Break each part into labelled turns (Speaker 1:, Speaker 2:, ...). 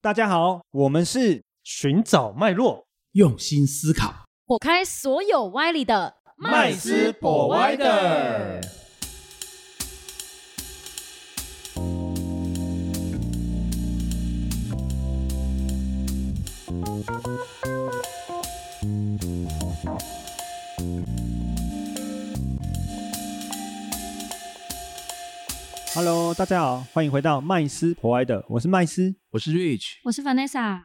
Speaker 1: 大家好，我们是
Speaker 2: 寻找脉络，
Speaker 3: 用心思考。
Speaker 4: 火开所有歪理的
Speaker 2: 麦斯博歪的。
Speaker 1: Hello，大家好，欢迎回到麦斯 Provider，我是麦斯
Speaker 3: 我是 Rich，
Speaker 4: 我是 Vanessa。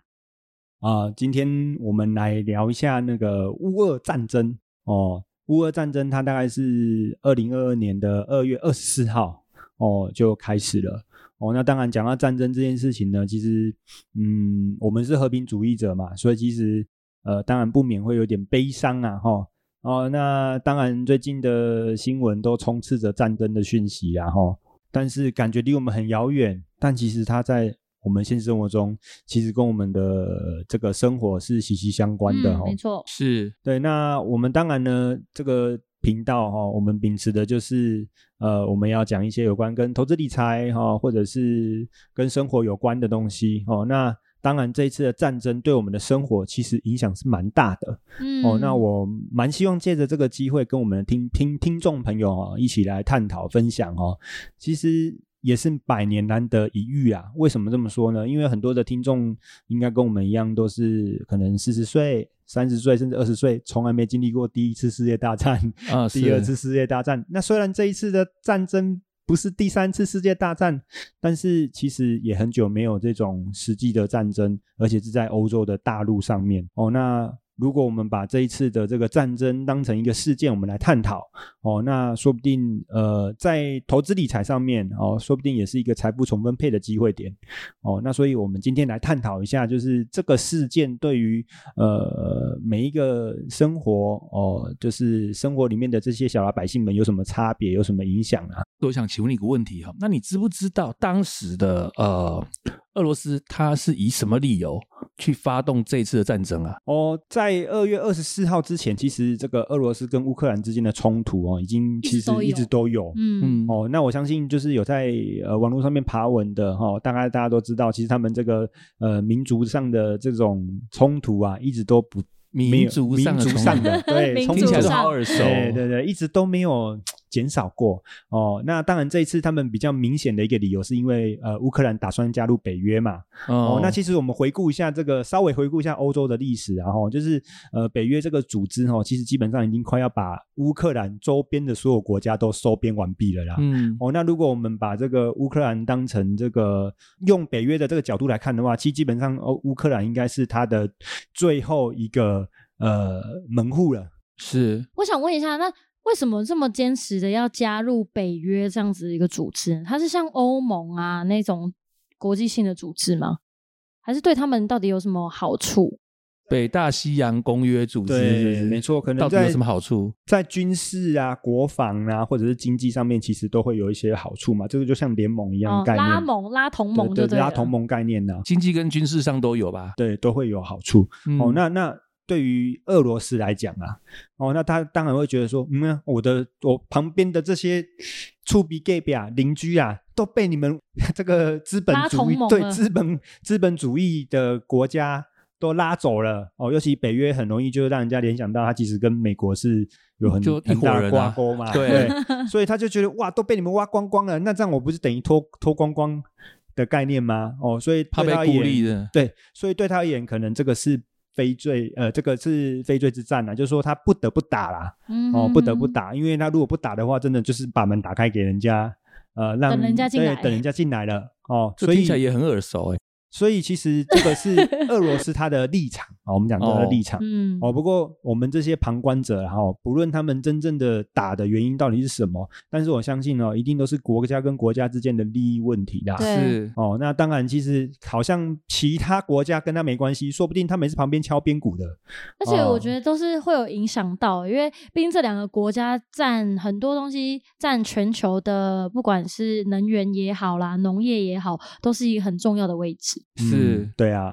Speaker 1: 啊、今天我们来聊一下那个乌俄战争哦。乌俄战争它大概是二零二二年的二月二十四号哦就开始了哦。那当然讲到战争这件事情呢，其实嗯，我们是和平主义者嘛，所以其实呃，当然不免会有点悲伤啊哈。哦，那当然最近的新闻都充斥着战争的讯息啊哈。但是感觉离我们很遥远，但其实它在我们现实生活中，其实跟我们的呃这个生活是息息相关的
Speaker 4: 嗯
Speaker 1: 哦。
Speaker 4: 没错。
Speaker 3: 是
Speaker 1: 对，那我们当然呢，这个频道哈、我们秉持的就是呃，我们要讲一些有关跟投资理财哈、或者是跟生活有关的东西哦。那当然，这一次的战争对我们的生活其实影响是蛮大的。
Speaker 4: 嗯
Speaker 1: 哦，那我蛮希望借着这个机会，跟我们的听听听众朋友哦，一起来探讨分享哦。其实也是百年难得一遇啊。为什么这么说呢？因为很多的听众应该跟我们一样，都是可能四十岁、三十岁，甚至二十岁，从来没经历过第一次世界大战、
Speaker 3: 啊，
Speaker 1: 第二次世界大战。那虽然这一次的战争。不是第三次世界大战，但是其实也很久没有这种实际的战争，而且是在欧洲的大陆上面哦。那如果我们把这一次的这个战争当成一个事件，我们来探讨哦，那说不定呃，在投资理财上面哦，说不定也是一个财富重分配的机会点哦。那所以我们今天来探讨一下，就是这个事件对于呃每一个生活哦，就是生活里面的这些小老百姓们有什么差别，有什么影响啊？
Speaker 3: 我想请问你一个问题哈，那你知不知道当时的呃俄罗斯它是以什么理由去发动这一次的战争啊？
Speaker 1: 哦，在二月二十四号之前，其实这个俄罗斯跟乌克兰之间的冲突哦，已经其
Speaker 4: 一直
Speaker 1: 实
Speaker 4: 都
Speaker 1: 一直
Speaker 4: 有
Speaker 1: 都有。
Speaker 3: 嗯，
Speaker 4: 嗯
Speaker 1: 哦，那我相信就是有在呃网络上面爬文的哈、大概大家都知道，其实他们这个呃民族上的这种冲突啊，一直都不没
Speaker 3: 民
Speaker 1: 有
Speaker 3: 族
Speaker 1: 民
Speaker 3: 上的
Speaker 1: 族
Speaker 3: 冲
Speaker 1: 上
Speaker 3: 突
Speaker 1: 的对
Speaker 4: 民
Speaker 1: 冲
Speaker 4: 族
Speaker 3: 听
Speaker 1: 突
Speaker 3: 起来
Speaker 4: 上
Speaker 3: 都
Speaker 1: 上
Speaker 3: 好耳熟，
Speaker 1: 对对对，一直都没有减少过哦。那当然，这一次他们比较明显的一个理由是因为呃乌克兰打算加入北约嘛，哦，那其实我们回顾一下这个，稍微回顾一下欧洲的历史、啊，然后就是呃，北约这个组织哦，其实基本上已经快要把乌克兰周边的所有国家都收编完毕了啦。
Speaker 3: 嗯
Speaker 1: 哦，那如果我们把这个乌克兰当成这个用北约的这个角度来看的话，其实基本上哦，乌克兰应该是它的最后一个呃门户了。
Speaker 3: 是
Speaker 4: 我想问一下，那为什么这么坚持的要加入北约这样子的一个组织？它是像欧盟啊那种国际性的组织吗？还是对他们到底有什么好处？
Speaker 3: 北大西洋公约组织，是不是
Speaker 1: 没错，可能
Speaker 3: 到底
Speaker 1: 在
Speaker 3: 有什么好处？
Speaker 1: 在军事啊、国防啊，或者是经济上面，其实都会有一些好处嘛。这个就像联盟一样
Speaker 4: 哦
Speaker 1: 的，概念，
Speaker 4: 拉盟、拉同盟
Speaker 1: 对
Speaker 4: 就
Speaker 1: 对，
Speaker 4: 了
Speaker 1: 拉同盟概念呢、啊
Speaker 3: 经济跟军事上都有吧？
Speaker 1: 对，都会有好处。
Speaker 3: 嗯
Speaker 1: 哦，那那对于俄罗斯来讲啊，哦，那他当然会觉得说，嗯、啊，我的我旁边的这些触鼻 gay 啊、邻居啊，都被你们 这个资本
Speaker 4: 拉
Speaker 1: 主
Speaker 4: 同
Speaker 1: 义
Speaker 4: 盟
Speaker 1: 对
Speaker 4: 了
Speaker 1: 资本资本主义的国家。都拉走了哦，尤其北约很容易就让人家联想到，它其实跟美国是有很
Speaker 3: 就一
Speaker 1: 很大
Speaker 3: 伙
Speaker 1: 的
Speaker 3: 人
Speaker 1: 挂
Speaker 3: 啊
Speaker 1: 钩嘛，
Speaker 3: 对
Speaker 1: 所以他就觉得哇，都被你们挖光光了，那这样我不是等于脱脱光光的概念吗？哦，所以
Speaker 3: 怕
Speaker 1: 对
Speaker 3: 被
Speaker 1: 他而
Speaker 3: 孤
Speaker 1: 言
Speaker 3: 立的，
Speaker 1: 对，所以对他而言，可能这个是非罪，呃，这个是非罪之战呢、就是说他不得不打啦，
Speaker 4: 嗯
Speaker 1: 哦，不得不。打，因为他如果不打的话，真的就是把门打开给人家，呃，让
Speaker 4: 等人家进
Speaker 1: 对
Speaker 4: 来
Speaker 1: 等人家进来了，哦，
Speaker 3: 这
Speaker 1: 所
Speaker 3: 听起来
Speaker 1: 以
Speaker 3: 也很耳熟哎。
Speaker 1: 所以其实这个 是俄罗斯他的立场，哦，我们讲他的
Speaker 3: 哦
Speaker 1: 立场。
Speaker 4: 嗯，
Speaker 1: 哦，不过我们这些旁观者啊，哈、哦，不论他们真正的打的原因到底是什么，但是我相信哦，一定都是国家跟国家之间的利益问题啦。
Speaker 4: 对
Speaker 3: 是
Speaker 1: 哦，那当然，其实好像其他国家跟他没关系，说不定他们是旁边敲边鼓的。
Speaker 4: 而且我
Speaker 1: 哦
Speaker 3: 嗯
Speaker 4: 觉得都是会有影响到，因为毕竟这两个国家占很多东西，占全球的不管是能源也好啦，农业也好，都是一个很重要的位置。
Speaker 3: 是
Speaker 1: 嗯，对啊。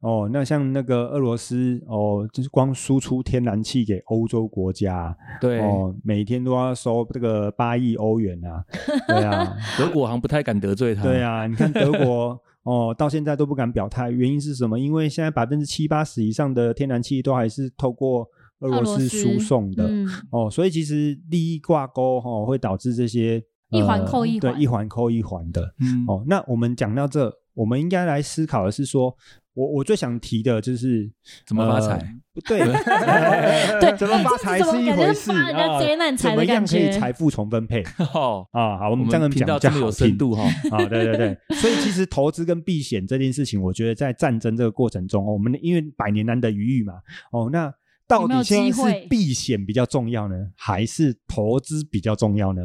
Speaker 1: 哦，那像那个俄罗斯哦，就是光输出天然气给欧洲国家
Speaker 3: 对。
Speaker 1: 哦，每天都要收这个八亿欧元啊，对啊，啊
Speaker 3: 德国好像不太敢得罪他。
Speaker 1: 对，啊，你看德国哦，到现在都不敢表态，原因是什么？因为现在百分之七八十以上的天然气都还是透过俄
Speaker 4: 俄
Speaker 1: 罗斯输送的。
Speaker 4: 嗯
Speaker 1: 哦，所以其实利益挂钩哈、哦，会导致这些
Speaker 4: 一环
Speaker 1: 呃
Speaker 4: 扣一环
Speaker 1: 对，一环扣一环的。
Speaker 3: 嗯，
Speaker 1: 哦，那我们讲到这，我们应该来思考的是说，我我最想提的就是
Speaker 3: 怎么发
Speaker 1: 呃
Speaker 3: 财？
Speaker 1: 不 对，呃
Speaker 4: 对，
Speaker 1: 怎么
Speaker 4: 哎
Speaker 1: 发
Speaker 4: 这
Speaker 1: 财
Speaker 4: 怎么
Speaker 1: 是一
Speaker 4: 感觉
Speaker 1: 回
Speaker 4: 是
Speaker 1: 事
Speaker 4: 发人家
Speaker 1: 啊
Speaker 4: 灾难
Speaker 1: 怎
Speaker 4: 财
Speaker 1: 么
Speaker 4: 的
Speaker 1: 样
Speaker 4: 感
Speaker 1: 可以
Speaker 4: 觉。
Speaker 1: 财富重分配
Speaker 3: 哦，
Speaker 1: 啊？好，我
Speaker 3: 我
Speaker 1: 们这样
Speaker 3: 们频
Speaker 1: 讲
Speaker 3: 道
Speaker 1: 比较
Speaker 3: 这么
Speaker 1: 好
Speaker 3: 有
Speaker 1: 听
Speaker 3: 深。度哈，
Speaker 1: 啊，对对对，所以其实投资跟避险这件事情，我觉得在战争这个过程中，哦我们因为百年难得一遇嘛，哦，那到
Speaker 4: 有没有
Speaker 1: 底现在
Speaker 4: 机会
Speaker 1: 是避险比较重要呢，还是投资比较重要呢？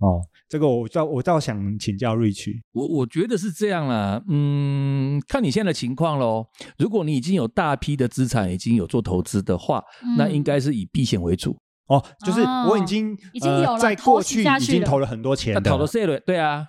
Speaker 1: 哦，这个我倒我倒想请教瑞奇。
Speaker 3: 我我觉得是这样啦，嗯，看你现在的情况喽。如果你已经有大批的资产，已经有做投资的话，那
Speaker 4: 嗯
Speaker 3: 应该是以避险为主。
Speaker 1: 哦，就是
Speaker 4: 哦
Speaker 1: 我已经、
Speaker 4: 已经有了
Speaker 1: 呃、在
Speaker 4: 投
Speaker 1: 过
Speaker 4: 资
Speaker 1: 去
Speaker 4: 下
Speaker 1: 已
Speaker 4: 去
Speaker 1: 经
Speaker 4: 了
Speaker 1: 投了很多钱
Speaker 3: 那
Speaker 1: 的，
Speaker 3: 讨论税了，对啊，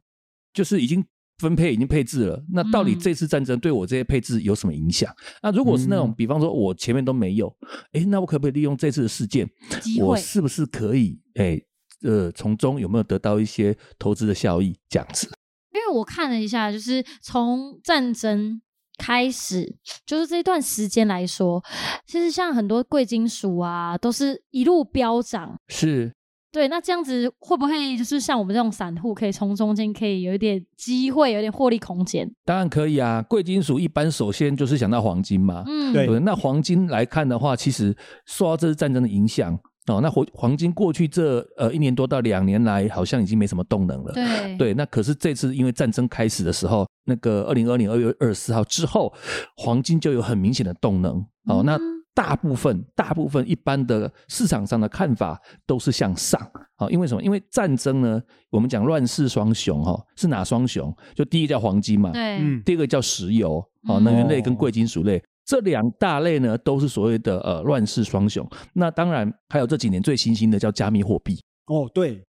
Speaker 3: 就是已经分配已经配置了。那到底
Speaker 4: 嗯
Speaker 3: 这次战争对我这些配置有什么影响？那如果是那种
Speaker 1: 嗯，
Speaker 3: 比方说我前面都没有，诶，那我可不可以利用这次的事件，
Speaker 4: 嗯机
Speaker 3: 我
Speaker 4: 会
Speaker 3: 是不是可以诶呃从中有没有得到一些投资的效益？这样子，
Speaker 4: 因为我看了一下，就是从战争开始，就是这段时间来说，其实像很多贵金属啊，都是一路飙涨。
Speaker 3: 是
Speaker 4: 对，那这样子会不会就是像我们这种散户，可以从中间可以有一点机会，有点获利空间？
Speaker 3: 当然可以啊。贵金属一般首先就是想到黄金嘛，
Speaker 4: 嗯，
Speaker 1: 对
Speaker 3: 对，那黄金来看的话，其实受到这次战争的影响哦，那黄黄金过去这呃一年多到两年来，好像已经没什么动能了。
Speaker 4: 对
Speaker 3: 对，那可是这次因为战争开始的时候，那个二零二零二月二十四号之后，黄金就有很明显的动能哦。那
Speaker 4: 嗯
Speaker 3: 大部分大部分一般的市场上的看法都是向上哦，因为什么？因为战争呢，我们讲乱世双雄哦，是哪双雄？就第一个叫黄金嘛，
Speaker 4: 对，
Speaker 1: 嗯，
Speaker 3: 第二个叫石油哦，
Speaker 4: 嗯
Speaker 3: 能源类跟贵金属类。这两大类呢，都是所谓的呃乱世双雄。那当然还有这几年最新兴的叫加密货币，
Speaker 1: 哦，对，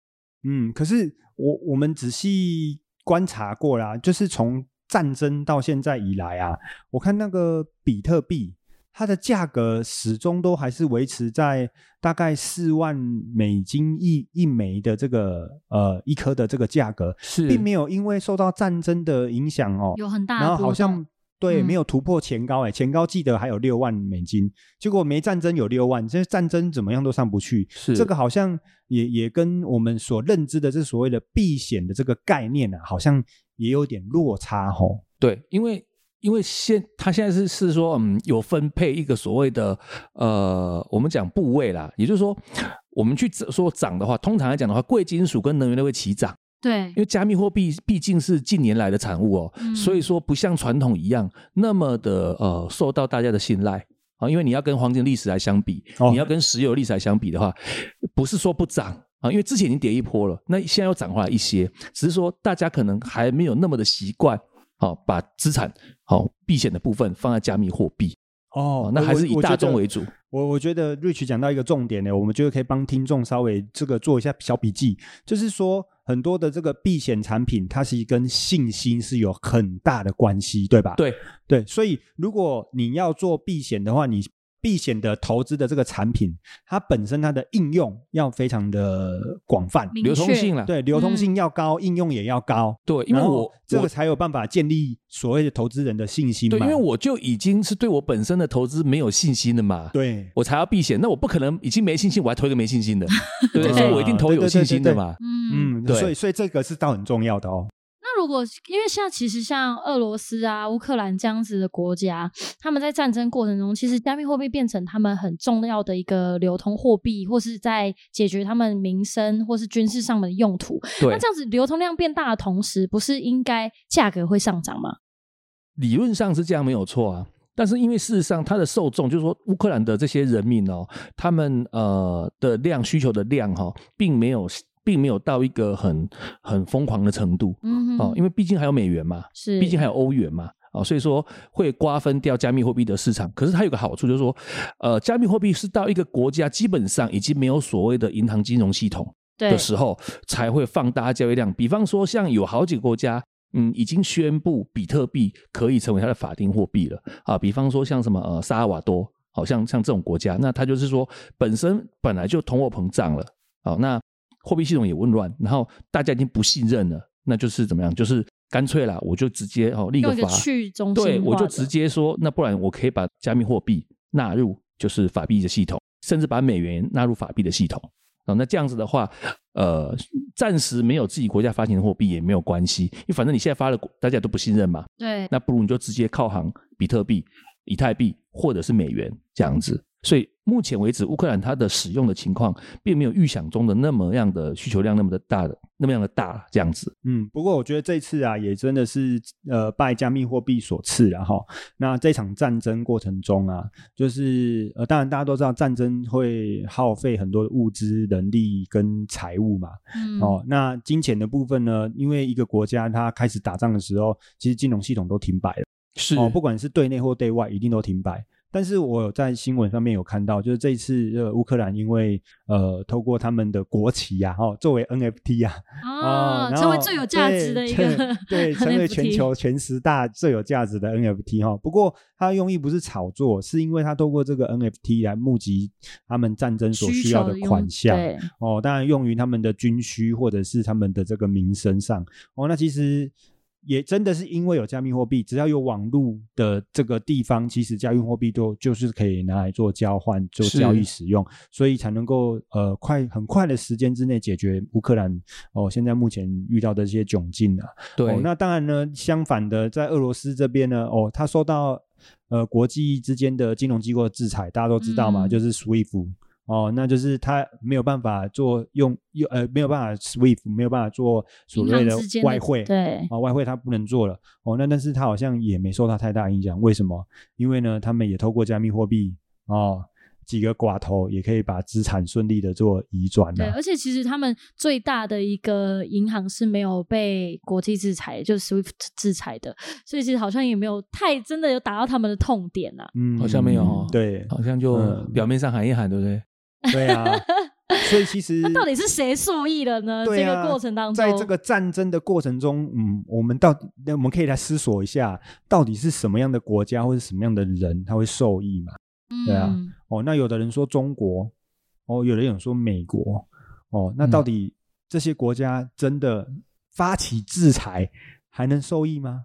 Speaker 1: 嗯，可是我我们仔细观察过啦，就是从战争到现在以来啊，我看那个比特币，它的价格始终都还是维持在大概四万美金一一枚的这个呃一颗的这个价格，
Speaker 3: 是
Speaker 1: 并没有因为受到战争的影响哦，
Speaker 4: 有很大的
Speaker 1: 然后
Speaker 4: 波
Speaker 1: 好
Speaker 4: 动
Speaker 1: 像对
Speaker 4: 嗯
Speaker 1: 没有突破前高哎、前高记得还有六万美金，结果没战争有六万，这战争怎么样都上不去。
Speaker 3: 是
Speaker 1: 这个好像也也跟我们所认知的这所谓的避险的这个概念啊，好像也有点落差吼。
Speaker 3: 对，因为因为现他现在是是说，嗯，有分配一个所谓的呃，我们讲部位啦，也就是说，我们去指说涨的话，通常来讲的话，贵金属跟能源类会齐涨，
Speaker 4: 对
Speaker 3: 因为加密货币毕竟是近年来的产物哦，
Speaker 4: 嗯
Speaker 3: 所以说不像传统一样那么的呃受到大家的信赖。啊，因为你要跟黄金历史来相比，
Speaker 1: 哦
Speaker 3: 你要跟石油历史来相比的话，不是说不涨啊，因为之前已经跌一波了，那现在又涨回来一些，只是说大家可能还没有那么的习惯，好、把资产好、避险的部分放在加密货币，啊
Speaker 1: 哦
Speaker 3: 那还是以大众为主。
Speaker 1: 我我觉得 Rich 讲到一个重点呢，我们就可以帮听众稍微这个做一下小笔记，就是说很多的这个避险产品，它是跟信心是有很大的关系，对吧？
Speaker 3: 对
Speaker 1: 对，所以如果你要做避险的话，你避险的投资的这个产品，它本身它的应用要非常的广泛，
Speaker 4: 明
Speaker 3: 流通
Speaker 4: 确
Speaker 3: 性啦，
Speaker 1: 对，流通性要高，应用也要高，
Speaker 3: 对，啊嗯因为
Speaker 1: 然后
Speaker 3: 我
Speaker 1: 这
Speaker 3: 我
Speaker 1: 个才有办法建立所谓的投资人的信心嘛。
Speaker 3: 对，因为我就已经是对我本身的投资没有信心了嘛，
Speaker 1: 对
Speaker 3: 我才要避险。那我不可能已经没信心，我还投一个没信心的，对不
Speaker 1: 对
Speaker 3: 对？所以我一定投有信心的嘛。
Speaker 4: 嗯
Speaker 1: 嗯，
Speaker 3: 对
Speaker 1: 所以所以这个是倒很重要的哦。
Speaker 4: 那如果因为像其实像俄罗斯啊、乌克兰这样子的国家，他们在战争过程中，其实加密货币变成他们很重要的一个流通货币，或是在解决他们民生或是军事上面的用途。
Speaker 3: 对
Speaker 4: 那这，样子流通量变大的同时，不是应该价格会上涨吗？
Speaker 3: 理论上是这样没有错啊。但是因为事实上，它的受众就是说乌克兰的这些人民哦，他们呃的量需求的量哈、并没有并没有到一个很很疯狂的程度
Speaker 4: 嗯哼
Speaker 3: 哦，因为毕竟还有美元嘛，
Speaker 4: 是
Speaker 3: 毕竟还有欧元嘛，哦，所以说会瓜分掉加密货币的市场。可是它有个好处就是说，呃，加密货币是到一个国家基本上已经没有所谓的银行金融系统，
Speaker 4: 对
Speaker 3: 的时候才会放大交易量。比方说，像有好几个国家，嗯，已经宣布比特币可以成为它的法定货币了啊。比方说像什么呃萨尔瓦多，好、像像这种国家，那它就是说本身本来就通货膨胀了，好、那货币系统也混乱，然后大家已经不信任了，那就是怎么样？就是干脆啦，我就直接哦立个
Speaker 4: 用一个
Speaker 3: 法，
Speaker 4: 去中心化
Speaker 3: 对
Speaker 4: 的，
Speaker 3: 我就直接说，那不然我可以把加密货币纳入就是法币的系统，甚至把美元纳入法币的系统。哦，那这样子的话，呃，暂时没有自己国家发行的货币也没有关系，因为反正你现在发了，大家都不信任嘛，
Speaker 4: 对
Speaker 3: 那不如你就直接靠行比特币、以太币或者是美元这样子。所以目前为止，乌克兰它的使用的情况并没有预想中的那么样的需求量那么的大的那么样的大这样子。
Speaker 1: 嗯，不过我觉得这次啊，也真的是呃拜加密货币所赐然后那这场战争过程中啊，就是呃，当然大家都知道战争会耗费很多的物资、人力跟财物嘛。
Speaker 4: 嗯
Speaker 1: 哦，那金钱的部分呢，因为一个国家它开始打仗的时候，其实金融系统都停摆了。
Speaker 3: 是
Speaker 1: 哦，不管是对内或对外，一定都停摆。但是我有在新闻上面有看到，就是这一次呃乌克兰因为呃透过他们的国旗呀、啊，哦作为 NFT 啊，
Speaker 4: 啊，
Speaker 1: 然
Speaker 4: 成为
Speaker 1: 后
Speaker 4: 最有价值的一个
Speaker 1: 对，对成为
Speaker 4: NFT
Speaker 1: 全球前十大最有价值的 NFT 哈、哦不过它的用意不是炒作，是因为它透过这个 NFT 来募集他们战争所需要
Speaker 4: 求
Speaker 1: 的
Speaker 4: 用
Speaker 1: 款项。
Speaker 4: 对
Speaker 1: 哦，当然用于他们的军需或者是他们的这个民生上。哦，那其实也真的是因为有加密货币，只要有网络的这个地方，其实加密货币就就是可以拿来做交换、做
Speaker 3: 是
Speaker 1: 交易使用，所以才能够呃快很快的时间之内解决乌克兰哦现在目前遇到的这些窘境啊。
Speaker 3: 对、
Speaker 1: 哦，那当然呢，相反的，在俄罗斯这边呢，哦，他受到呃国际之间的金融机构的制裁，大家都知道嘛，
Speaker 4: 嗯
Speaker 1: 就是 SWIFT。哦，那就是他没有办法做用用呃没有办法 SWIFT 没有办法做所谓
Speaker 4: 银
Speaker 1: 的
Speaker 4: 行之间的
Speaker 1: 外汇，
Speaker 4: 对
Speaker 1: 啊、外汇它不能做了哦。那但是它好像也没受到太大影响，为什么？因为呢，他们也透过加密货币哦，几个寡头也可以把资产顺利的做移转了、
Speaker 4: 对，而且其实他们最大的一个银行是没有被国际制裁，就是 SWIFT 制裁的，所以其实好像也没有太真的有打到他们的痛点啊。
Speaker 1: 嗯，
Speaker 3: 好像没有哦
Speaker 1: 对
Speaker 3: 好像就
Speaker 1: 嗯
Speaker 3: 表面上喊一喊，对不对？
Speaker 1: 对啊， 所以其实
Speaker 4: 那到底是谁受益了呢？
Speaker 1: 对
Speaker 4: 这
Speaker 1: 啊
Speaker 4: 个过程当中，
Speaker 1: 在这个战争的过程中，嗯，我们到底那我们可以来思索一下，到底是什么样的国家或者什么样的人他会受益嘛？对啊
Speaker 4: 嗯
Speaker 1: 哦，那有的人说中国，哦，有的人说美国，哦，
Speaker 4: 嗯
Speaker 1: 那到底这些国家真的发起制裁还能受益吗？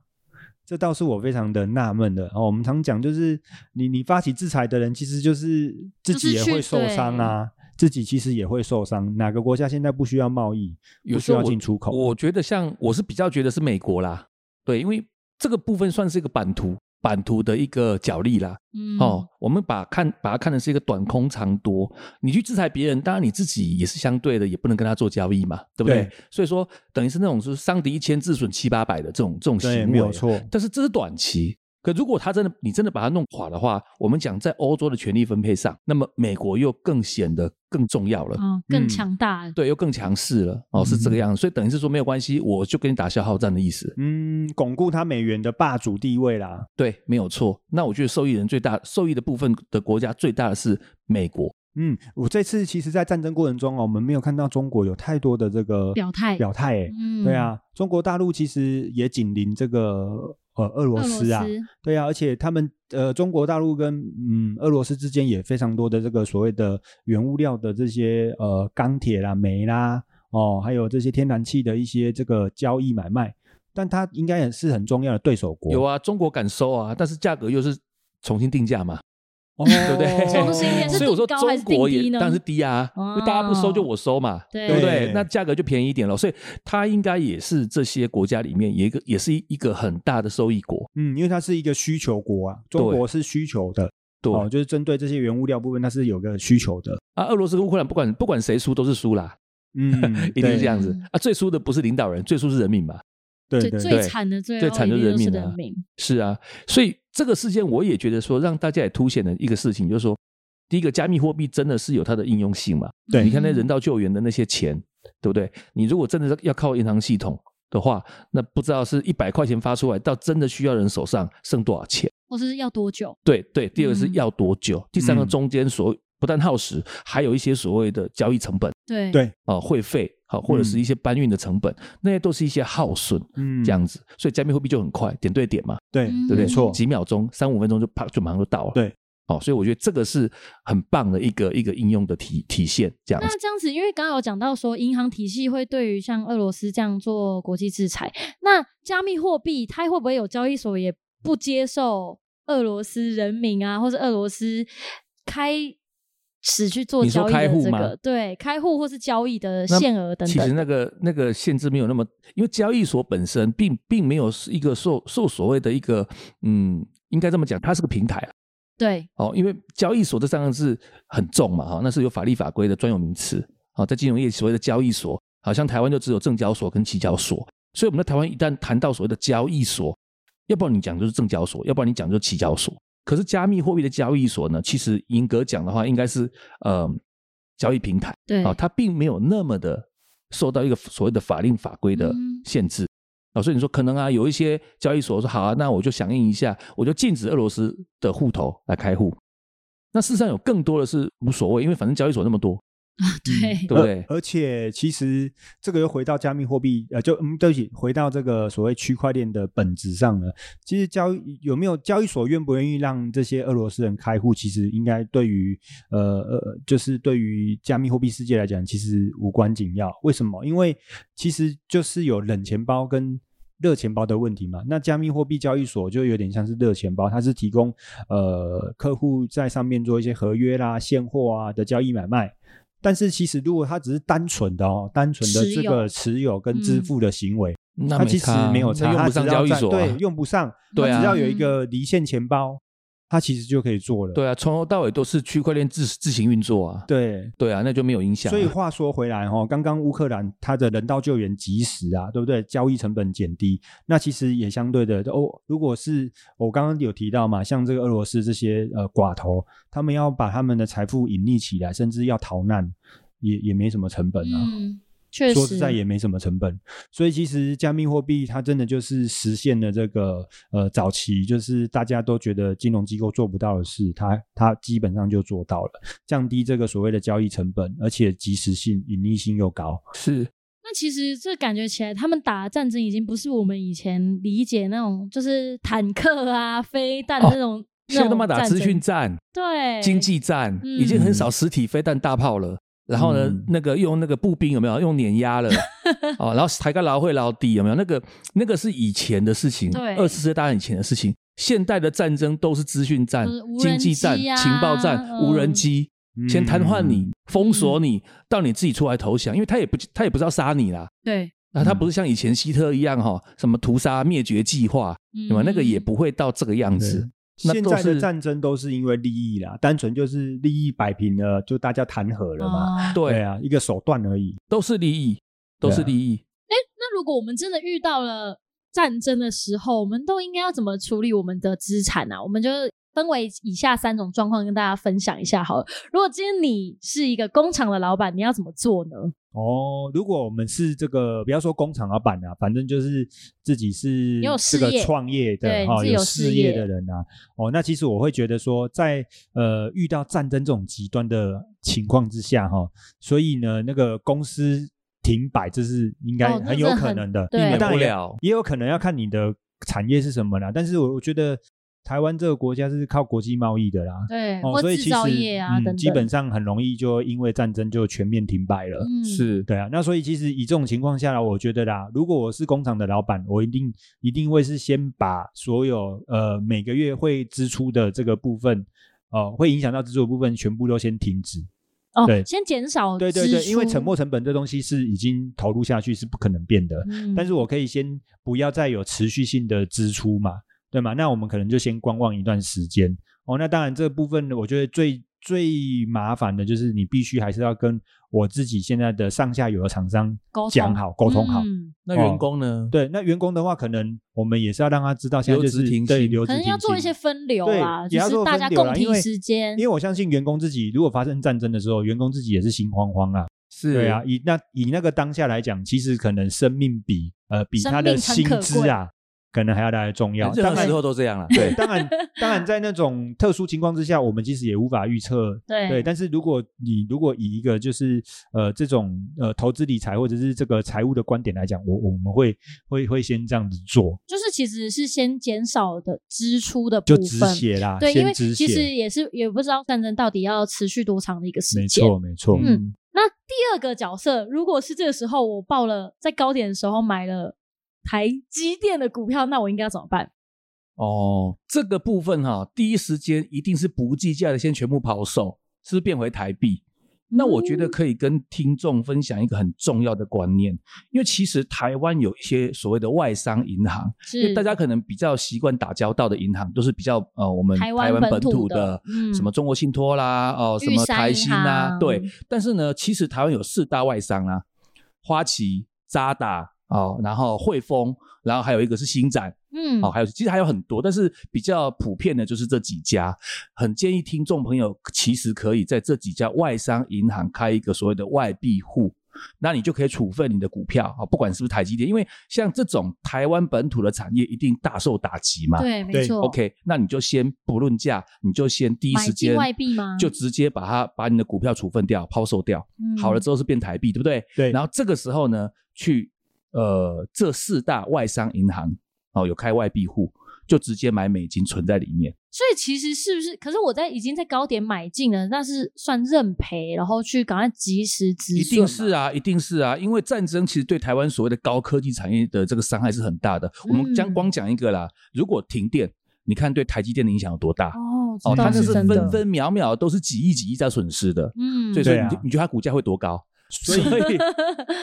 Speaker 1: 这倒是我非常的纳闷的哦。我们常讲就是你你发起制裁的人，其实就是自己也
Speaker 4: 就是去
Speaker 1: 会受伤啊，自己其实也会受伤。哪个国家现在不需要贸易，
Speaker 3: 有
Speaker 1: 不
Speaker 3: 时
Speaker 1: 需
Speaker 3: 候
Speaker 1: 要
Speaker 3: 我
Speaker 1: 进出口？
Speaker 3: 我觉得像我是比较觉得是美国啦，对，因为这个部分算是一个版图版图的一个角力啦。
Speaker 4: 嗯
Speaker 3: 哦，，我们把看把它看的是一个短空长多，你去制裁别人，当然你自己也是相对的，也不能跟他做交易嘛，对不对？
Speaker 1: 对
Speaker 3: 所以说，等于是那种就是伤敌一千自损七八百的这种这种行为
Speaker 1: 对，
Speaker 3: 啊，
Speaker 1: 没有 错。
Speaker 3: 但是这是短期。可如果他真的你真的把它弄垮的话，我们讲在欧洲的权力分配上，那么美国又更显得更重要了。
Speaker 4: 嗯，
Speaker 1: 嗯
Speaker 4: 更强大，
Speaker 3: 对，又更强势了哦，是这个样子，所以等于是说没有关系，我就跟你打消耗战的意思。
Speaker 1: 嗯，巩固它美元的霸主地位啦。
Speaker 3: 对，没有错。那我觉得受益人最大，受益的部分的国家最大的是美国。
Speaker 1: 嗯，我这次其实，在战争过程中哦，我们没有看到中国有太多的这个
Speaker 4: 表态
Speaker 1: 表态、欸。
Speaker 4: 嗯，
Speaker 1: 对，啊，中国大陆其实也紧邻这个呃俄
Speaker 4: 俄
Speaker 1: 罗
Speaker 4: 罗
Speaker 1: 斯啊，对啊，而且他们呃中国大陆跟嗯俄罗斯之间也非常多的这个所谓的原物料的这些呃钢铁啦、煤啦，哦，还有这些天然气的一些这个交易买卖，但它应该也是很重要的对手国。
Speaker 3: 有啊，中国敢收啊，但是价格又是重新定价嘛，
Speaker 1: 哦，
Speaker 3: 对不对？
Speaker 4: 重 新 定是
Speaker 3: 所以我说
Speaker 4: 定高还
Speaker 3: 中
Speaker 4: 是
Speaker 3: 国
Speaker 4: 定低
Speaker 3: 也
Speaker 4: 呢哦
Speaker 3: 当然是低啊，因为大家不收就我收嘛，
Speaker 4: 对
Speaker 3: 对不
Speaker 1: 对
Speaker 3: 对？那价格就便宜一点了，所以它应该也是这些国家里面也一个也是一个很大的受益国。
Speaker 1: 嗯，因为它是一个需求国啊，中
Speaker 3: 对
Speaker 1: 国是需求的，
Speaker 3: 对
Speaker 1: 哦，就是针对这些原物料部分，它是有个需求 的，
Speaker 3: 啊，俄罗斯跟乌克兰不管不管谁输都是输啦，，
Speaker 1: 嗯
Speaker 3: 一定是
Speaker 1: 对
Speaker 3: 这样子
Speaker 4: 嗯
Speaker 3: 啊。最输的不是领导人，最输是人民嘛。
Speaker 1: 对
Speaker 4: 最
Speaker 1: 对
Speaker 4: 最
Speaker 1: 对，
Speaker 4: 惨的最
Speaker 3: 最惨的
Speaker 4: 一定
Speaker 3: 人
Speaker 4: 就是
Speaker 3: 民啊
Speaker 4: 人民，
Speaker 3: 是啊，所以这个事件我也觉得说，让大家也凸显了一个事情，就是说，第一个，加密货币真的是有它的应用性嘛？
Speaker 1: 对
Speaker 3: 你看那人
Speaker 4: 道
Speaker 3: 道救援的那些钱，对不对？你如果真的是要靠银行系统的话，那不知道是一百块钱发出来，到真的需要人手上剩多少钱？
Speaker 4: 或是要多久？
Speaker 3: 对对，第二个是
Speaker 4: 嗯
Speaker 3: 要多久？第三个
Speaker 1: 嗯
Speaker 3: 中间所不但耗时，还有一些所谓的交易成本
Speaker 4: 对
Speaker 1: 对
Speaker 3: 啊、会费好、或者是一些搬运的成本，那些都是一些耗损。
Speaker 1: 嗯
Speaker 3: 这样子，所以加密货币就很快，点对点嘛，
Speaker 1: 对
Speaker 4: 嗯
Speaker 3: 对不
Speaker 1: 没
Speaker 3: 对？
Speaker 1: 错
Speaker 3: 几秒钟、三五分钟就啪就马上就到了。
Speaker 1: 对
Speaker 3: 哦，所以我觉得这个是很棒的一个一个应用的体体现，这样子。
Speaker 4: 那这样子，因为刚刚有讲到说，银行体系会对于像俄罗斯这样做国际制裁，那加密货币它会不会有交易所也不接受俄罗斯人民啊，或者俄罗斯开始去做
Speaker 3: 你说
Speaker 4: 交易
Speaker 3: 开
Speaker 4: 的
Speaker 3: 户
Speaker 4: 这
Speaker 3: 吗
Speaker 4: 个对开户或是交易的
Speaker 3: 那
Speaker 4: 限额等
Speaker 3: 其实
Speaker 4: 等？
Speaker 3: 那个那个限制没有那么，因为交易所本身并并没有是一个受受所谓的一个嗯，应该这么讲，它是个平台啊
Speaker 4: 对，
Speaker 3: 哦，因为交易所这三个字很重嘛哈、那是有法律法规的专有名词啊、在金融业所谓的交易所，好像台湾就只有证交所跟期交所，所以我们在台湾一旦谈到所谓的交易所，要不然你讲就是证交所，要不然你讲就是期交所。可是加密货币的交易所呢，其实严格讲的话，应该是呃交易平台。
Speaker 4: 对
Speaker 3: 啊，它并没有那么的受到一个所谓的法令法规的
Speaker 4: 嗯
Speaker 3: 限制啊，所以你说可能啊，有一些交易所说好啊，那我就响应一下，我就禁止俄罗斯的户头来开户。那事实上有更多的是无所谓，因为反正交易所那么多，
Speaker 4: 对
Speaker 3: 对不对？
Speaker 1: 而而且其实这个又回到加密货币，呃，就嗯，对不起，回到这个所谓区块链的本质上了。其实交易有没有交易所愿不愿意让这些俄罗斯人开户，其实应该对于呃呃，就是对于加密货币世界来讲，其实无关紧要。为什么？因为其实就是有冷钱包跟热钱包的问题嘛。那加密货币交易所就有点像是热钱包，它是提供呃客户在上面做一些合约啦、现货啊的交易买卖。但是其实如果它只是单纯的哦，单纯的这个持有嗯跟支付的行为，
Speaker 3: 那
Speaker 1: 它
Speaker 3: 没
Speaker 1: 其实
Speaker 3: 差啊
Speaker 1: 没有
Speaker 3: 那
Speaker 1: 差，
Speaker 3: 用
Speaker 1: 它
Speaker 3: 不
Speaker 1: 只要
Speaker 3: 上交易
Speaker 1: 在
Speaker 3: 所、啊
Speaker 1: 对，用不上。
Speaker 3: 对
Speaker 1: 它
Speaker 3: 啊
Speaker 1: 只要有一个离线钱包，它其实就可以做了。
Speaker 3: 对啊，从头到尾都是区块链自自行运作啊，
Speaker 1: 对，
Speaker 3: 对啊，那就没有影响啊、
Speaker 1: 所以话说回来哈、哦，刚刚乌克兰它的人道救援及时啊，对不对？交易成本减低，那其实也相对的哦。如果是我刚刚有提到嘛，像这个俄罗斯这些呃寡头，他们要把他们的财富隐匿起来，甚至要逃难，也也没什么成本啊。
Speaker 4: 嗯，确
Speaker 1: 说
Speaker 4: 实，
Speaker 1: 实在也没什么成本，所以其实加密货币它真的就是实现了这个呃早期就是大家都觉得金融机构做不到的事，它它基本上就做到了，降低这个所谓的交易成本，而且及时性、隐匿性又高。
Speaker 3: 是
Speaker 4: 那其实这感觉起来，他们打的战争已经不是我们以前理解那种，就是坦克啊、飞弹
Speaker 3: 哦
Speaker 4: 那种。那
Speaker 3: 现在他
Speaker 4: 种
Speaker 3: 妈打
Speaker 4: 战
Speaker 3: 资
Speaker 4: 争
Speaker 3: 讯战，
Speaker 4: 对
Speaker 3: 经济战，
Speaker 4: 嗯
Speaker 3: 已经很少实体飞弹大炮了。然后呢，
Speaker 1: 嗯
Speaker 3: 那个用那个步兵有没有用碾压 了？哦，然后抬高老会老底有没有？那个那个是以前的事情，
Speaker 4: 对
Speaker 3: 二次世界大战以前的事情。现代的战争都是资讯战、
Speaker 4: 就是无
Speaker 3: 经
Speaker 4: 人
Speaker 3: 济
Speaker 4: 机
Speaker 3: 战、
Speaker 4: 啊
Speaker 3: 情报战、无人
Speaker 4: 嗯
Speaker 3: 机，先瘫痪你、封锁
Speaker 4: 嗯
Speaker 3: 你，到你自己出来投降，因为他也不他也不知道杀你啦。
Speaker 4: 对，
Speaker 3: 那他
Speaker 1: 嗯
Speaker 3: 不是像以前希特一样哈、什么屠杀灭绝计划，
Speaker 4: 嗯
Speaker 3: 对吧？那个也不会到这个样子。那
Speaker 1: 现
Speaker 3: 都
Speaker 1: 在的
Speaker 3: 是
Speaker 1: 战争都是因为利益啦，单纯就是利益摆平了，就大家谈和了嘛。
Speaker 4: 哦
Speaker 3: 对，
Speaker 1: 对啊，一个手段而已。
Speaker 3: 都是利益，都
Speaker 1: 对
Speaker 3: 是
Speaker 1: 啊
Speaker 3: 利益。
Speaker 4: 那如果我们真的遇到了战争的时候，我们都应该要怎么处理我们的资产啊？我们就分为以下三种状况跟大家分享一下好了。如果今天你是一个工厂的老板，你要怎么做呢？
Speaker 1: 哦，如果我们是这个，不要说工厂老板啊，反正就是自己是
Speaker 4: 有
Speaker 1: 这
Speaker 4: 事
Speaker 1: 个
Speaker 4: 业
Speaker 1: 创业的
Speaker 4: 对
Speaker 1: 哈、
Speaker 4: 自己
Speaker 1: 有
Speaker 4: 有
Speaker 1: 事
Speaker 4: 事
Speaker 1: 业
Speaker 4: 业
Speaker 1: 的人啊，哦，那其实我会觉得说在，呃遇到战争这种极端的情况之下哈、所以呢，那个公司停摆这是应该
Speaker 4: 哦那
Speaker 1: 很有
Speaker 4: 这
Speaker 1: 可
Speaker 4: 很
Speaker 1: 能的，
Speaker 4: 对
Speaker 1: 你
Speaker 4: 免
Speaker 1: 们
Speaker 4: 不
Speaker 1: 当然也
Speaker 3: 了
Speaker 1: 也有可能要看你的产业是什么啦，但是我我觉得台湾这个国家是靠国际贸易的啦。
Speaker 4: 对，
Speaker 1: 哦，
Speaker 4: 或
Speaker 1: 所以
Speaker 4: 制
Speaker 1: 其实
Speaker 4: 造业啊、
Speaker 1: 嗯，
Speaker 4: 等等，
Speaker 1: 基本上很容易就因为战争就全面停摆了。
Speaker 4: 嗯
Speaker 3: 是
Speaker 1: 对啊，那所以其实以这种情况下来，我觉得啦，如果我是工厂的老板，我一定一定会是先把所有呃每个月会支出的这个部分，呃，会影响到支出的部分全部都先停止。
Speaker 4: 哦
Speaker 1: 对，
Speaker 4: 先减少
Speaker 1: 对对对，因为沉没
Speaker 4: 没，
Speaker 1: 成本这东西是已经投入下去是不可能变的，
Speaker 4: 嗯
Speaker 1: 但是我可以先不要再有持续性的支出嘛，对吗？那我们可能就先观望一段时间哦。那当然，这部分我觉得最最麻烦的就是你必须还是要跟我自己现在的上下游的厂商
Speaker 4: 沟通
Speaker 1: 讲好、沟通好。
Speaker 4: 嗯
Speaker 3: 那
Speaker 1: 哦
Speaker 3: 员工呢？
Speaker 1: 对，那员工的话，可能我们也是要让他知道，现在就
Speaker 3: 留
Speaker 1: 是
Speaker 3: 职停
Speaker 1: 对
Speaker 3: 薪
Speaker 1: 留职
Speaker 4: 可能要
Speaker 1: 停
Speaker 4: 做一
Speaker 1: 薪
Speaker 4: 些分流
Speaker 1: 对
Speaker 4: 啊，，
Speaker 1: 也
Speaker 4: 就
Speaker 1: 要
Speaker 4: 是
Speaker 1: 做
Speaker 4: 大
Speaker 1: 分
Speaker 4: 家
Speaker 1: 流
Speaker 4: 共
Speaker 1: 啦因
Speaker 4: 体
Speaker 1: 为
Speaker 4: 时间
Speaker 1: 因为。我相信员工自己，如果发生战争的时候，员工自己也是心慌慌啊。
Speaker 3: 是
Speaker 1: 对啊，，以那以那个当下来讲，其实可能生命比呃比
Speaker 4: 生
Speaker 1: 他的
Speaker 4: 命诚
Speaker 1: 薪
Speaker 4: 可
Speaker 1: 资
Speaker 4: 贵
Speaker 1: 啊可能还要来得重要。
Speaker 3: 任
Speaker 1: 当
Speaker 3: 何
Speaker 1: 然
Speaker 3: 时，候都这样了。对，
Speaker 1: 当然，当然，在那种特殊情况之下，我们其实也无法预测。
Speaker 4: 对
Speaker 1: 对，但是如果你如果以一个就是呃这种呃投资理财或者是这个财务的观点来讲，我我们会会会先这样子做，
Speaker 4: 就是其实是先减少的支出的部
Speaker 1: 就
Speaker 4: 分，
Speaker 1: 止血啦，
Speaker 4: 对，因为
Speaker 1: 先止
Speaker 4: 其实
Speaker 1: 血。
Speaker 4: 也是也不知道战争到底要持续多长的一个时
Speaker 1: 没
Speaker 4: 间。
Speaker 1: 错，没错。
Speaker 4: 嗯那第二个角色，如果是这个时候我报了在高点的时候买了台积电的股票，那我应该要怎么办？
Speaker 3: 哦，这个部分哈、第一时间一定是不计价的，先全部抛售，是不是变回台币？那我觉
Speaker 4: 嗯
Speaker 3: 得可以跟听众分享一个很重要的观念，因为其实台湾有一些所谓的外商银行，因
Speaker 4: 是
Speaker 3: 为大家可能比较习惯打交道的银行都是比较呃我们
Speaker 4: 台
Speaker 3: 台
Speaker 4: 湾
Speaker 3: 湾
Speaker 4: 本
Speaker 3: 本
Speaker 4: 土
Speaker 3: 土
Speaker 4: 的
Speaker 3: 的，
Speaker 4: 嗯
Speaker 3: 什么中国信托啦，哦、什
Speaker 4: 玉
Speaker 3: 么
Speaker 4: 山
Speaker 3: 台
Speaker 4: 银
Speaker 3: 新啦，
Speaker 4: 行
Speaker 3: 对，但是呢，其实台湾有四大外商啊，花旗、渣打哦，然后汇丰，然后还有一个是新展。
Speaker 4: 嗯
Speaker 3: 哦，还有其实还有很多，但是比较普遍的就是这几家。很建议听众朋友，其实可以在这几家外商银行开一个所谓的外币户，那你就可以处分你的股票啊、哦不管是不是台积电，因为像这种台湾本土的产业一定大受打击嘛。
Speaker 4: 对，没
Speaker 1: 对
Speaker 4: 错
Speaker 3: OK，那你就先不论价，你就先第一
Speaker 4: 买
Speaker 3: 时
Speaker 4: 进
Speaker 3: 间
Speaker 4: 外币吗
Speaker 3: 就直接把它把你的股票处分掉、抛售掉。好了之
Speaker 4: 后，
Speaker 3: 后是变台币，对不对？
Speaker 1: 对
Speaker 3: 然后这个时候呢，去呃这四大外商银行哦有开外币户，就直接买美金存在里面。
Speaker 4: 所以其实是不是？可是我在已经在高点买进了，那是算认赔，然后去赶快及时止损
Speaker 3: 一
Speaker 4: 嘛。
Speaker 3: 定是啊，一定是啊，因为战争其实对台湾所谓的高科技产业的这个伤害是很大的。我们将
Speaker 4: 嗯
Speaker 3: 光讲一个啦，如果停电，你看对台积电的影响有多大？
Speaker 4: 哦，
Speaker 3: 哦，
Speaker 4: 知道
Speaker 3: 它那是
Speaker 4: 真的
Speaker 3: 分分秒秒都是几亿几亿在损失的，
Speaker 4: 嗯，
Speaker 3: 所以说
Speaker 1: 对啊
Speaker 3: 你就你觉得它股价会多高？
Speaker 1: 所以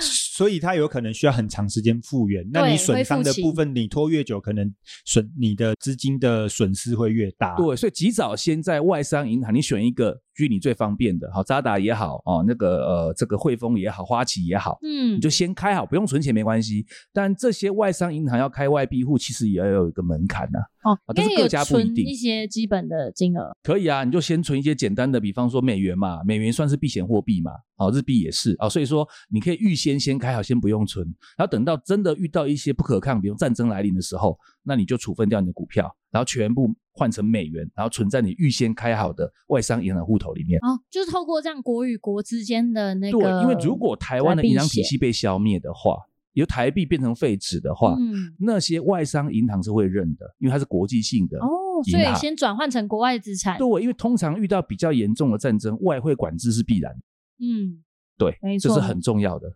Speaker 1: 所以它有可能需要很长时间复原。那
Speaker 4: 对
Speaker 1: 你损伤
Speaker 4: 恢
Speaker 1: 的
Speaker 4: 复期
Speaker 1: 部分，你拖越久，可能损你的资金的损失会越大。
Speaker 3: 对，所以及早先在外商银行，你选一个距你最方便的，好渣打也好，哦，那个呃，这个汇丰也好，花旗也好，
Speaker 4: 嗯
Speaker 3: 你就先开好，不用存钱没关系。但这些外商银行要开外币户，其实也要有一个门槛呐、
Speaker 4: 哦，
Speaker 3: 啊
Speaker 4: 应该
Speaker 3: 但是各
Speaker 4: 有
Speaker 3: 家不一
Speaker 4: 存
Speaker 3: 定
Speaker 4: 一些基本的金额，
Speaker 3: 可以啊，你就先存一些简单的，比方说美元嘛，美元算是避险货币嘛，哦，日币也是哦，所以说你可以预先先开好，先不用存，然后等到真的遇到一些不可抗，比如战争来临的时候，那你就处分掉你的股票，然后全部换成美元，然后存在你预先开好的外商银行户头里面。
Speaker 4: 哦，就是透过这样国与国之间的那
Speaker 3: 对
Speaker 4: 个，，
Speaker 3: 因为如果台湾的银行体系被消灭的话，由台币变成废纸的话，
Speaker 4: 嗯，
Speaker 3: 那些外商银行是会认的，因为它是国际性的。
Speaker 4: 哦，
Speaker 3: 银
Speaker 4: 所以
Speaker 3: 行
Speaker 4: 先转换成国外资产，
Speaker 3: 啊对，因为通常遇到比较严重的战争，外汇管制是必然的，
Speaker 4: 嗯，
Speaker 3: 对
Speaker 4: 没，
Speaker 3: 这是
Speaker 4: 错
Speaker 3: 很重要的。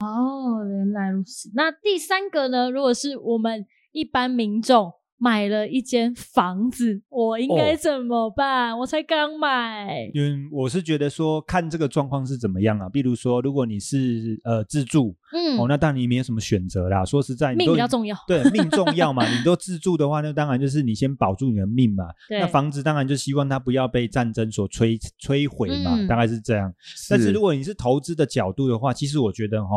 Speaker 4: 哦，原来如此。那第三个呢？如果是我们一般民众买了一间房子，我应该
Speaker 3: 哦
Speaker 4: 怎么办？我才刚买，
Speaker 1: 因为我是觉得说，看这个状况是怎么样啊。比如说，如果你是呃自住，
Speaker 4: 嗯，
Speaker 1: 哦，那当然你没有什么选择啦。说实在，你
Speaker 4: 命
Speaker 1: 都
Speaker 4: 比较重要
Speaker 1: 对，命重要嘛。你都自住的话，那当然就是你先保住你的命嘛。
Speaker 4: 对，
Speaker 1: 那房子当然就希望它不要被战争所摧摧毁嘛，
Speaker 4: 嗯
Speaker 1: 大概是这样。但是如果你是投资的角度的话，其实我觉得哈，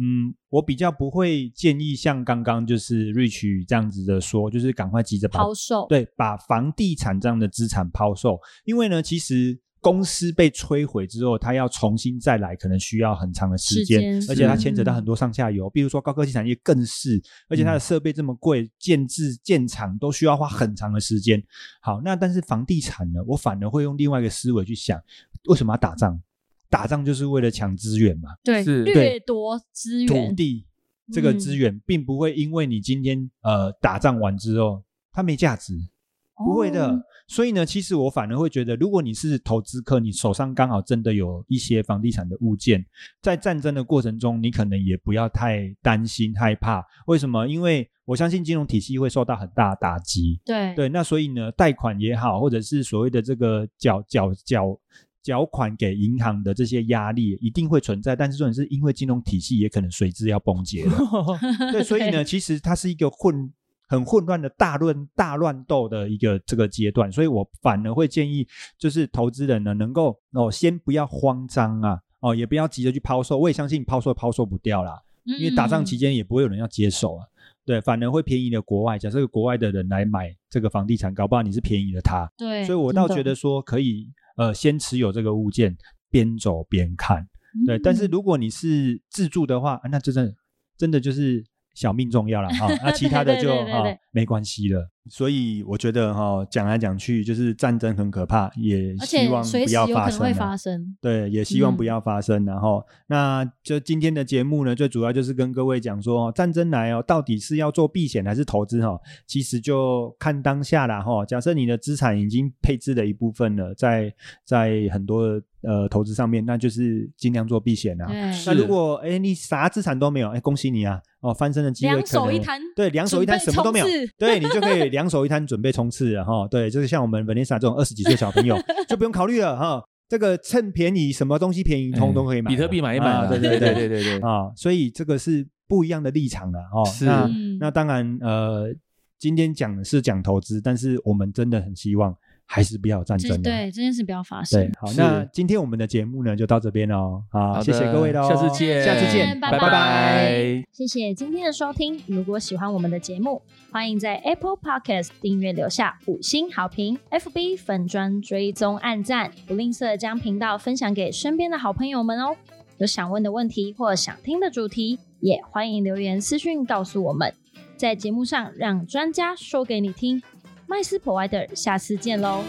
Speaker 1: 嗯，我比较不会建议像刚刚就是 Rich 这样子的说，就是赶快急着把
Speaker 4: 抛售，
Speaker 1: 对，把房地产这样的资产抛售，因为呢，其实公司被摧毁之后，它要重新再来，可能需要很长的时
Speaker 4: 时
Speaker 1: 间，
Speaker 4: 间嗯
Speaker 1: 而且它
Speaker 4: 是
Speaker 1: 牵扯到很多上下游，比如说高科技产业更是，而且它的设备这么贵，建制建厂都需要花很长的时间。好，那但是房地产呢，我反而会用另外一个思维去想，为什么要打仗？打仗就是为了抢资源嘛。
Speaker 4: 对，
Speaker 3: 是
Speaker 4: 掠
Speaker 1: 对
Speaker 4: 夺资
Speaker 1: 土
Speaker 4: 源，
Speaker 1: 地这个
Speaker 4: 嗯
Speaker 1: 资源，并不会因为你今天呃打仗完之后，它没价值，不会的。
Speaker 4: 哦
Speaker 1: 所以呢，其实我反而会觉得，如果你是投资客，你手上刚好真的有一些房地产的物件，在战争的过程中，你可能也不要太担心害怕。为什么？因为我相信金融体系会受到很大的打击。
Speaker 4: 对
Speaker 1: 对，那所以呢，贷款也好，或者是所谓的这个缴缴缴缴款给银行的这些压力一定会存在，但是重点是因为金融体系也可能随之要崩解了。对，所以呢，其实它是一个混很混乱的大乱大乱斗的一个这个阶段，所以我反而会建议，就是投资人呢能够哦先不要慌张啊。哦，也不要急着去抛售，我也相信抛售抛售不掉啦，
Speaker 4: 因
Speaker 1: 因为打
Speaker 5: 嗯
Speaker 1: 仗期间也不会有人要接手啊。对，反而会便宜的国外，假设国外的人来买这个房地产，搞不好你是便宜了他，
Speaker 4: 对，
Speaker 1: 所以我
Speaker 4: 真
Speaker 1: 倒
Speaker 4: 的
Speaker 1: 觉得说可以呃先持有这个物件，边走边看。对，但是
Speaker 4: 嗯
Speaker 1: 如果你是自住的话，啊那真的真的就是小命重要了 哈，那其他的就
Speaker 5: 对对对对
Speaker 1: 哈
Speaker 5: 对
Speaker 1: 没关系了。所以我觉得哈，讲来讲去就是战争很可怕，也
Speaker 5: 而
Speaker 1: 希
Speaker 5: 且
Speaker 1: 望
Speaker 5: 随
Speaker 1: 不
Speaker 5: 时
Speaker 1: 要
Speaker 5: 有
Speaker 1: 发
Speaker 5: 可能
Speaker 1: 生
Speaker 5: 会
Speaker 1: 啊
Speaker 5: 发生。
Speaker 1: 对，也希望
Speaker 5: 嗯
Speaker 1: 不要发生。然后，那就今天的节目呢，最主要就是跟各位讲说，战争来哦，到底是要做避险还是投资哈、哦？其实就看当下啦哈、哦。假设你的资产已经配置了一部分了，在在很多的呃投资上面，那就是尽量做避险啊。
Speaker 5: 对，
Speaker 3: 是
Speaker 1: 那如果哎你啥资产都没有，哎恭喜你啊哦翻身的机会可
Speaker 5: 两
Speaker 1: 能
Speaker 5: 手一摊，
Speaker 1: 对，两手一摊，
Speaker 5: 准备
Speaker 1: 什么都没有啊
Speaker 5: 冲刺，
Speaker 1: 对你就可以两手一摊，准备冲刺了哈。对，就是像我们 Vanessa 这种二十几岁小朋友，就不用考虑了哈。这个趁便宜，什么东西便宜，通通可以买了、
Speaker 3: 比特币买一买
Speaker 1: 啊
Speaker 3: 啦，
Speaker 1: 对对
Speaker 3: 对
Speaker 1: 对
Speaker 3: 对对对，
Speaker 1: 啊，所以这个是不一样的立场了哦。
Speaker 3: 是
Speaker 1: 那
Speaker 5: 嗯
Speaker 1: 那当然，呃，今天讲的是讲投资，但是我们真的很希望还是不要有战
Speaker 5: 这
Speaker 1: 争的。
Speaker 5: 对这件事不要发生
Speaker 1: 对。，好，
Speaker 3: 是
Speaker 1: 那今天我们的节目呢就到这边喽。好，
Speaker 3: 好
Speaker 1: 谢谢
Speaker 3: 的
Speaker 1: 各位喽，
Speaker 3: 下次见，
Speaker 1: 下次见，
Speaker 5: 拜
Speaker 3: 拜
Speaker 5: 拜
Speaker 3: 拜
Speaker 4: 谢谢今天的收听。如果喜欢我们的节目，欢迎在 Apple Podcast 订阅留下五星好评，FB 粉砖追踪按赞，不吝啬将频道分享给身边的好朋友们哦。有想问的问题或想听的主题，也欢迎留言私讯告诉我们，在节目上让专家说给你听。麦斯 Provider，下次见喽。